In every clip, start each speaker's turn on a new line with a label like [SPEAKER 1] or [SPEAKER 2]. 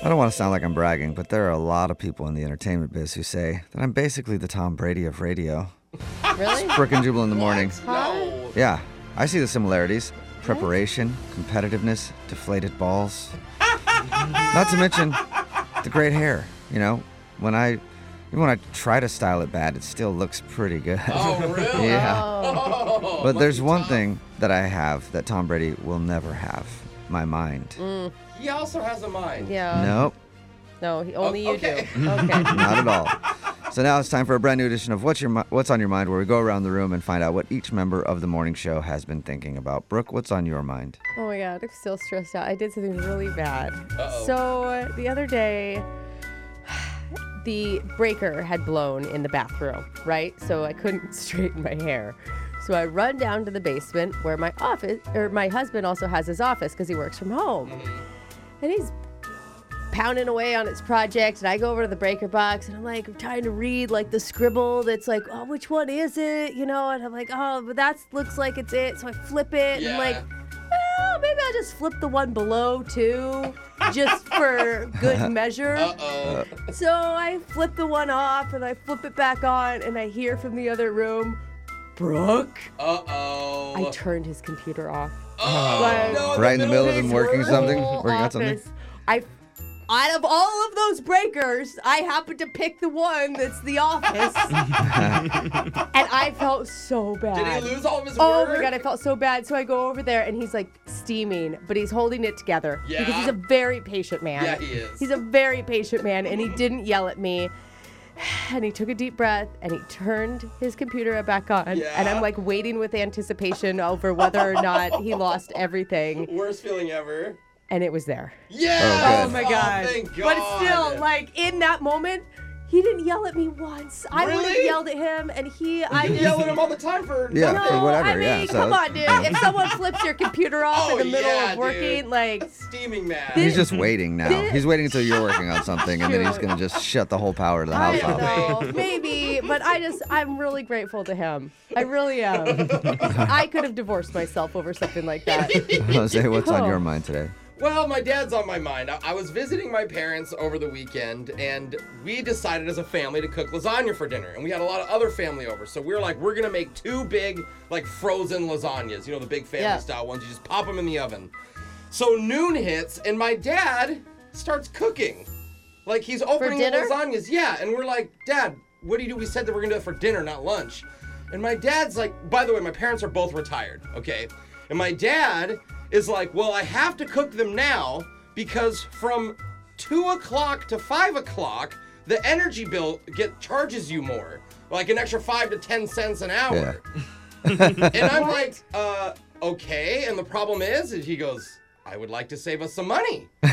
[SPEAKER 1] I don't want to sound like I'm bragging, but there are a lot of people in the entertainment biz who say that I'm basically the Tom Brady of radio.
[SPEAKER 2] Really?
[SPEAKER 1] Brick and Jubal in the morning.
[SPEAKER 2] No.
[SPEAKER 1] Yeah, I see the similarities preparation, competitiveness, deflated balls. Not to mention the great hair. You know, when I. Even when I try to style it bad, it still looks pretty good.
[SPEAKER 3] Oh, really?
[SPEAKER 1] yeah.
[SPEAKER 3] Oh,
[SPEAKER 1] But there's
[SPEAKER 3] lucky
[SPEAKER 1] one
[SPEAKER 3] Tom.
[SPEAKER 1] thing that I have that Tom Brady will never have my mind.
[SPEAKER 3] Mm. He also has a mind.
[SPEAKER 2] Yeah.
[SPEAKER 1] Nope,
[SPEAKER 2] No, he- only
[SPEAKER 3] Oh,
[SPEAKER 2] you
[SPEAKER 3] okay.
[SPEAKER 2] do. Okay.
[SPEAKER 1] not at all. So now it's time for a brand new edition of What's Your Mi- What's on Your Mind, where we go around the room and find out what each member of the morning show has been thinking about. Brooke, what's on your mind?
[SPEAKER 2] oh my God, I'm still stressed out. I did something really bad.
[SPEAKER 3] Uh-oh.
[SPEAKER 2] So the other day, the breaker had blown in the bathroom, right? So I couldn't straighten my hair. So I run down to the basement where my office, or my husband also has his office because he works from home.
[SPEAKER 3] Mm-hmm.
[SPEAKER 2] And he's pounding away on its project and I go over to the breaker box and I'm like I'm trying to read like the scribble that's like oh which one is it you know and I'm like oh but that looks like it's it so I flip it and
[SPEAKER 3] Yeah.
[SPEAKER 2] I'm like well maybe I'll just flip the one below too just for
[SPEAKER 1] Uh-huh.
[SPEAKER 2] good measure
[SPEAKER 3] Uh. Uh-oh.
[SPEAKER 2] so I flip the one off and I flip it back on and I hear from the other room Brooke
[SPEAKER 3] Uh-oh.
[SPEAKER 2] I turned his computer off
[SPEAKER 3] Oh,
[SPEAKER 2] Like-
[SPEAKER 3] no,
[SPEAKER 1] Right in the middle of
[SPEAKER 2] his
[SPEAKER 1] them working
[SPEAKER 2] whole
[SPEAKER 1] something, working on something.
[SPEAKER 2] office. I, out of all of those breakers, I happened to pick the one that's the office, and I felt so bad.
[SPEAKER 3] Did he lose all of his
[SPEAKER 2] Oh
[SPEAKER 3] work?
[SPEAKER 2] my god, I felt so bad. So I go over there and he's like steaming, but he's holding it together because
[SPEAKER 3] Yeah.
[SPEAKER 2] he's a very patient man.
[SPEAKER 3] Yeah, he is.
[SPEAKER 2] He's a very patient man and he didn't yell at me. And he took a deep breath and he turned his computer back on. And
[SPEAKER 3] Yeah.
[SPEAKER 2] I'm like waiting with anticipation over whether or not he lost everything.
[SPEAKER 3] Worst feeling ever.
[SPEAKER 2] And it was there.
[SPEAKER 3] Yeah.
[SPEAKER 1] Oh,
[SPEAKER 2] my god.
[SPEAKER 3] thank God.
[SPEAKER 2] But still, like in that moment, he didn't yell at me once. I would have
[SPEAKER 3] Really?
[SPEAKER 2] yelled at him and he I
[SPEAKER 3] You
[SPEAKER 2] just
[SPEAKER 3] yell at him all the time for
[SPEAKER 1] Yeah,
[SPEAKER 3] nothing.
[SPEAKER 1] for whatever.
[SPEAKER 2] I mean,
[SPEAKER 1] yeah, so
[SPEAKER 2] come
[SPEAKER 1] that's-
[SPEAKER 2] on, dude. If someone flips your computer off
[SPEAKER 3] Oh,
[SPEAKER 2] in the middle
[SPEAKER 3] yeah,
[SPEAKER 2] of working,
[SPEAKER 3] dude.
[SPEAKER 2] like,
[SPEAKER 3] Steaming man.
[SPEAKER 1] He's just waiting now.
[SPEAKER 2] Did-
[SPEAKER 1] He's waiting until you're working on something, and then he's
[SPEAKER 2] Shoot.
[SPEAKER 1] gonna just shut the whole power to the
[SPEAKER 2] I
[SPEAKER 1] house
[SPEAKER 2] don't
[SPEAKER 1] off.
[SPEAKER 2] know, maybe, but I just, I'm really grateful to him. I really am. I could have divorced myself over something like that.
[SPEAKER 1] Jose, what's on
[SPEAKER 2] Cool.
[SPEAKER 1] your mind today?
[SPEAKER 3] Well, my dad's on my mind. I, I was visiting my parents over the weekend, and we decided as a family to cook lasagna for dinner. And we had a lot of other family over, so we were like, we're gonna make two big, like frozen lasagnas. You know, the big family
[SPEAKER 2] Yeah.
[SPEAKER 3] style ones. You just pop them in the oven. So noon hits, and my dad starts cooking. Like he's opening the
[SPEAKER 2] dinner?
[SPEAKER 3] lasagnas, yeah. And we're like, Dad, what do you do? We said that we're gonna do it for dinner, not lunch. And my dad's like, by the way, my parents are both retired, okay? And my dad is like, well, I have to cook them now because from two o'clock to five o'clock, the energy bill get charges you more, like an extra five to ten cents an hour.
[SPEAKER 1] Yeah.
[SPEAKER 3] And I'm like, uh, okay. And the problem is, and he goes, I would like to save us some money. and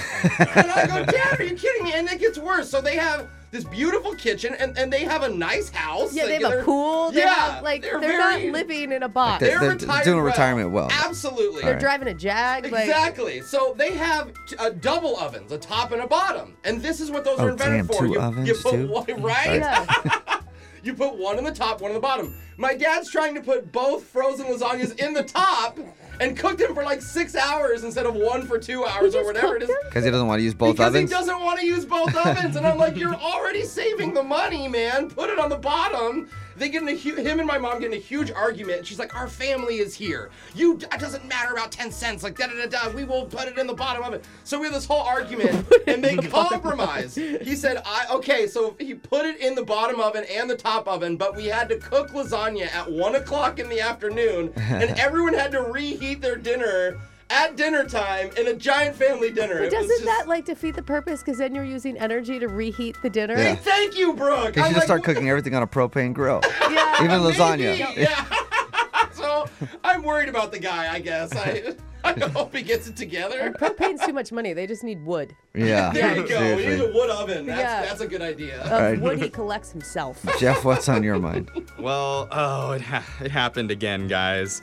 [SPEAKER 3] I go, Dad, are you kidding me? And it gets worse. So they have this beautiful kitchen and, and they have a nice house.
[SPEAKER 2] Yeah, they
[SPEAKER 3] Like,
[SPEAKER 2] have a
[SPEAKER 3] they're-
[SPEAKER 2] pool. They
[SPEAKER 3] yeah,
[SPEAKER 2] have, like, they're,
[SPEAKER 3] very-
[SPEAKER 2] not living in a box.
[SPEAKER 1] Like
[SPEAKER 3] They're,
[SPEAKER 1] They're d-
[SPEAKER 3] retired
[SPEAKER 1] doing
[SPEAKER 3] well.
[SPEAKER 1] retirement well.
[SPEAKER 3] Absolutely.
[SPEAKER 2] They're driving a Jag. Like,
[SPEAKER 3] Exactly. So they have t- a double ovens, a top and a bottom, and this is what those
[SPEAKER 1] Oh,
[SPEAKER 3] are
[SPEAKER 1] damn,
[SPEAKER 3] invented for.
[SPEAKER 1] two
[SPEAKER 3] you, you
[SPEAKER 1] ovens,
[SPEAKER 3] put
[SPEAKER 1] too?
[SPEAKER 3] one right.
[SPEAKER 2] Yeah.
[SPEAKER 3] You put one in the top, one in the bottom. My dad's trying to put both frozen lasagnas in the top and cook them for like six hours instead of one for two hours or
[SPEAKER 2] just
[SPEAKER 3] whatever it is.
[SPEAKER 2] cooked them?
[SPEAKER 1] Because he doesn't want to use both
[SPEAKER 3] Because
[SPEAKER 1] ovens.
[SPEAKER 3] he doesn't want to use both ovens, and I'm like, you're already saving the money, man. Put it on the bottom. They get in a hu- him and my mom get in a huge argument. and She's like, our family is here. You it doesn't matter about ten cents. Like da da da da. We will put it in the bottom of it. So we have this whole argument, and they compromise. He said, I okay. So he put it in the bottom oven and the top oven, but we had to cook lasagna at one o'clock in the afternoon, and everyone had to reheat their dinner. At dinner time in a giant family dinner.
[SPEAKER 2] But
[SPEAKER 3] It was
[SPEAKER 2] doesn't
[SPEAKER 3] just-
[SPEAKER 2] that like defeat the purpose? Because then you're using energy to reheat the dinner.
[SPEAKER 1] Yeah.
[SPEAKER 3] Thank you, Brooke.
[SPEAKER 1] He
[SPEAKER 3] I'm
[SPEAKER 1] should just
[SPEAKER 3] like,
[SPEAKER 1] start cooking everything on a propane grill.
[SPEAKER 2] Yeah.
[SPEAKER 1] Even
[SPEAKER 3] maybe,
[SPEAKER 1] lasagna.
[SPEAKER 3] Yeah. so I'm worried about the guy. I guess I I hope he gets it together.
[SPEAKER 2] Propane's too much money. They just need wood.
[SPEAKER 1] Yeah.
[SPEAKER 3] There you go. We need a
[SPEAKER 1] Seriously.
[SPEAKER 3] wood oven. That's,
[SPEAKER 2] Yeah.
[SPEAKER 3] that's a good idea.
[SPEAKER 2] Of
[SPEAKER 1] right.
[SPEAKER 2] wood he collects himself.
[SPEAKER 1] Jeff, what's on your mind?
[SPEAKER 4] Well, oh, it, ha- it happened again, guys.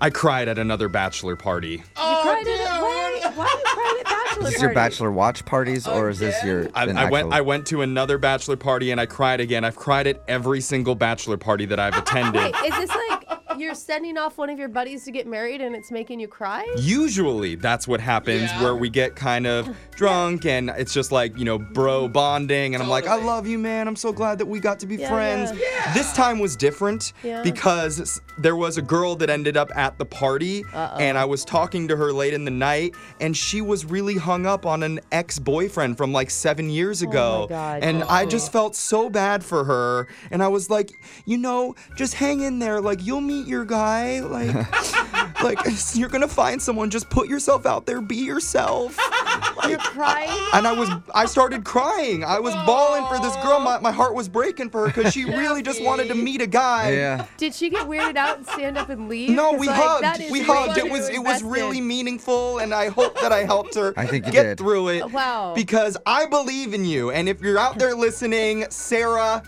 [SPEAKER 4] I cried at another bachelor party.
[SPEAKER 3] oh,
[SPEAKER 2] cried
[SPEAKER 3] dude.
[SPEAKER 2] at why, why you cried at bachelor
[SPEAKER 1] Is this
[SPEAKER 2] party?
[SPEAKER 1] your bachelor watch parties or is this your?
[SPEAKER 4] I,
[SPEAKER 1] an
[SPEAKER 4] I went.
[SPEAKER 1] actual-
[SPEAKER 4] I went to another bachelor party and I cried again. I've cried at every single bachelor party that I've attended.
[SPEAKER 2] Wait, is this like you're sending off one of your buddies to get married and it's making you cry?
[SPEAKER 4] Usually that's what happens
[SPEAKER 3] Yeah.
[SPEAKER 4] where we get kind of drunk and it's just like, you know, bro bonding and I'm like, I
[SPEAKER 3] Totally.
[SPEAKER 4] love you man. I'm so glad that we got to be
[SPEAKER 2] Mm-hmm. Yeah,
[SPEAKER 4] friends.
[SPEAKER 2] yeah.
[SPEAKER 4] This time was different
[SPEAKER 2] Yeah.
[SPEAKER 4] because s- there was a girl that ended up at the party and I was talking to her late in the night and she was really hung up on an ex-boyfriend from like 7 years ago.
[SPEAKER 2] Oh God, Oh.
[SPEAKER 4] and I just felt so bad for her and I was like, you know, just hang in there like you'll meet your guy like like you're gonna find someone just put yourself out there be yourself
[SPEAKER 2] You're crying?
[SPEAKER 4] and i was i started crying i was bawling for this girl my, my heart was breaking for her because she really just wanted to meet a guy
[SPEAKER 1] Yeah.
[SPEAKER 2] Did she get weirded out and stand up and leave?
[SPEAKER 4] no
[SPEAKER 2] 'Cause,
[SPEAKER 4] we
[SPEAKER 2] like, that
[SPEAKER 4] hugged
[SPEAKER 2] is
[SPEAKER 4] we
[SPEAKER 2] way
[SPEAKER 4] hugged
[SPEAKER 2] too
[SPEAKER 4] it was it was
[SPEAKER 2] invested.
[SPEAKER 4] really meaningful and i hope that i helped her
[SPEAKER 1] I think you
[SPEAKER 4] get
[SPEAKER 1] did.
[SPEAKER 4] through it
[SPEAKER 2] Wow.
[SPEAKER 4] because i believe in you and if you're out there listening sarah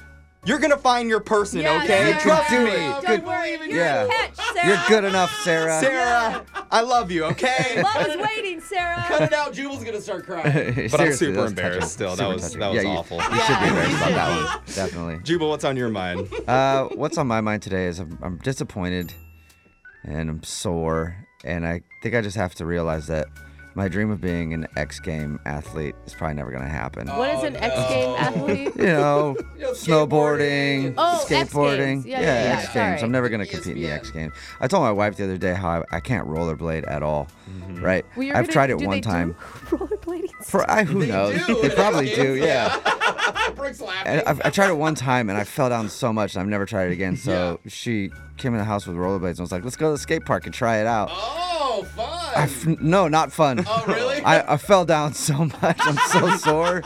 [SPEAKER 4] you're gonna find your person
[SPEAKER 2] Yeah,
[SPEAKER 4] okay
[SPEAKER 2] Sarah.
[SPEAKER 4] trust
[SPEAKER 1] You
[SPEAKER 4] me
[SPEAKER 1] can do it.
[SPEAKER 2] Don't
[SPEAKER 1] Good-
[SPEAKER 2] worry, you're
[SPEAKER 1] yeah.
[SPEAKER 2] a catch, Sarah.
[SPEAKER 1] You're good enough, Sarah.
[SPEAKER 4] sarah i love you okay
[SPEAKER 2] Love is waiting,
[SPEAKER 3] Cut
[SPEAKER 2] Sarah.
[SPEAKER 3] it out. Jubal's gonna start crying.
[SPEAKER 4] But I'm
[SPEAKER 1] Seriously,
[SPEAKER 4] super
[SPEAKER 1] that was
[SPEAKER 4] embarrassed
[SPEAKER 1] touching.
[SPEAKER 4] still. That
[SPEAKER 1] Super
[SPEAKER 4] was-
[SPEAKER 1] touching.
[SPEAKER 4] that was
[SPEAKER 1] yeah, you-
[SPEAKER 4] awful.
[SPEAKER 1] You, should be embarrassed about that one. Definitely.
[SPEAKER 4] Jubal, what's on your mind?
[SPEAKER 1] Uh, what's on my mind today is I'm, I'm disappointed and I'm sore, and I think I just have to realize that my dream of being an X game athlete is probably never going to happen.
[SPEAKER 2] What is an X
[SPEAKER 1] Oh.
[SPEAKER 2] game athlete?
[SPEAKER 1] You know,
[SPEAKER 3] You know,
[SPEAKER 1] snowboarding,
[SPEAKER 3] skateboarding.
[SPEAKER 2] Oh, X Games.
[SPEAKER 1] skateboarding.
[SPEAKER 2] Yeah, yeah, yeah.
[SPEAKER 1] X Games.
[SPEAKER 2] Sorry.
[SPEAKER 1] I'm never going to compete in the
[SPEAKER 3] ESPN.
[SPEAKER 1] X Games. I told my wife the other day how I, I can't rollerblade at all, right?
[SPEAKER 2] Well, you're
[SPEAKER 1] I've
[SPEAKER 2] gonna-
[SPEAKER 1] tried it
[SPEAKER 2] do
[SPEAKER 1] one
[SPEAKER 2] they do
[SPEAKER 1] time.
[SPEAKER 2] rollerblading?
[SPEAKER 1] For I, who knows?
[SPEAKER 3] do.
[SPEAKER 1] They probably do,
[SPEAKER 3] Yeah.
[SPEAKER 1] yeah.
[SPEAKER 3] Brooks laughing.
[SPEAKER 1] And I, I tried it one time and I fell down so much and I've never tried it again. So she came in the house with rollerblades and was like, let's go to the skate park and try it out.
[SPEAKER 3] oh, fun.
[SPEAKER 1] I f- no, not fun.
[SPEAKER 3] Oh, really?
[SPEAKER 1] I, I fell down so much. I'm so sore.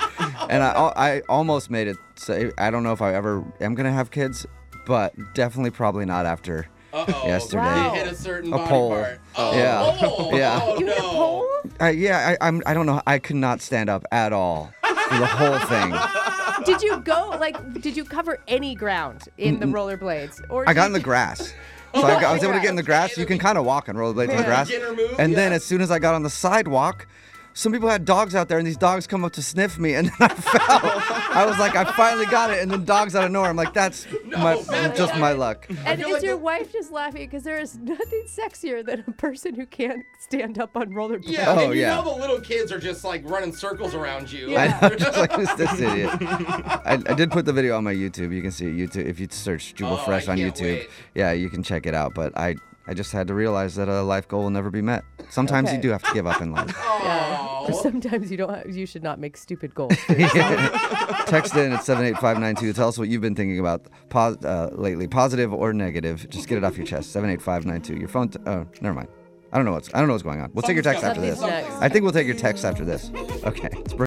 [SPEAKER 1] And I, al- I almost made it. So I don't know if I ever am going to have kids, but definitely probably not after
[SPEAKER 3] Uh-oh.
[SPEAKER 1] yesterday.
[SPEAKER 2] Wow.
[SPEAKER 3] You hit a certain
[SPEAKER 1] A
[SPEAKER 3] body
[SPEAKER 1] pole.
[SPEAKER 3] part. Oh,
[SPEAKER 1] Yeah.
[SPEAKER 3] pole.
[SPEAKER 1] Yeah.
[SPEAKER 3] Oh,
[SPEAKER 2] You
[SPEAKER 3] no.
[SPEAKER 2] hit a pole?
[SPEAKER 1] I, yeah, I, I'm, I don't know. I could not stand up at all for the whole thing.
[SPEAKER 2] Did you go like? Did you cover any ground in the rollerblades? Or
[SPEAKER 1] I got in
[SPEAKER 2] did
[SPEAKER 1] the
[SPEAKER 2] you-
[SPEAKER 1] grass. So I, got- I was able to get in the grass. You can kind of walk on rollerblades in the
[SPEAKER 2] Yeah.
[SPEAKER 1] grass.
[SPEAKER 3] Beginner move,
[SPEAKER 1] And then
[SPEAKER 3] yeah.
[SPEAKER 1] as soon as I got on the sidewalk, some people had dogs out there, and these dogs come up to sniff me, and then I fell. I was like, I finally got it, and then dogs out of nowhere. I'm like, that's my,
[SPEAKER 3] that's
[SPEAKER 1] just my
[SPEAKER 3] fine.
[SPEAKER 1] luck.
[SPEAKER 2] And
[SPEAKER 3] feel
[SPEAKER 2] is
[SPEAKER 3] like
[SPEAKER 2] your
[SPEAKER 3] the-
[SPEAKER 2] wife just laughing? Because there is nothing sexier than a person who can't stand up on rollerblades.
[SPEAKER 3] Yeah,
[SPEAKER 1] Oh,
[SPEAKER 3] and you
[SPEAKER 1] yeah.
[SPEAKER 3] know the little kids are just like running circles around you.
[SPEAKER 2] Yeah. I know.
[SPEAKER 1] I'm just like, who's this idiot? I, I did put the video on my YouTube. You can see it YouTube if you search Jubal
[SPEAKER 3] Oh, I
[SPEAKER 1] Fresh on
[SPEAKER 3] can't
[SPEAKER 1] YouTube.
[SPEAKER 3] wait.
[SPEAKER 1] Yeah, you can check it out. But I, I just had to realize that a life goal will never be met. Sometimes
[SPEAKER 2] Okay.
[SPEAKER 1] you do have to give up in life.
[SPEAKER 2] Yeah.
[SPEAKER 3] Oh.
[SPEAKER 2] Sometimes you don't. Have, you should not make stupid goals.
[SPEAKER 1] Text in at 78592. Tell us what you've been thinking about pos- uh, lately, positive or negative. Just get it off your chest. 78592. Your phone. T- oh, never mind. I don't know what's I don't know what's going on. We'll take your text after this.
[SPEAKER 2] Something's next.
[SPEAKER 1] I think we'll take your text after this. Okay. It's Brooke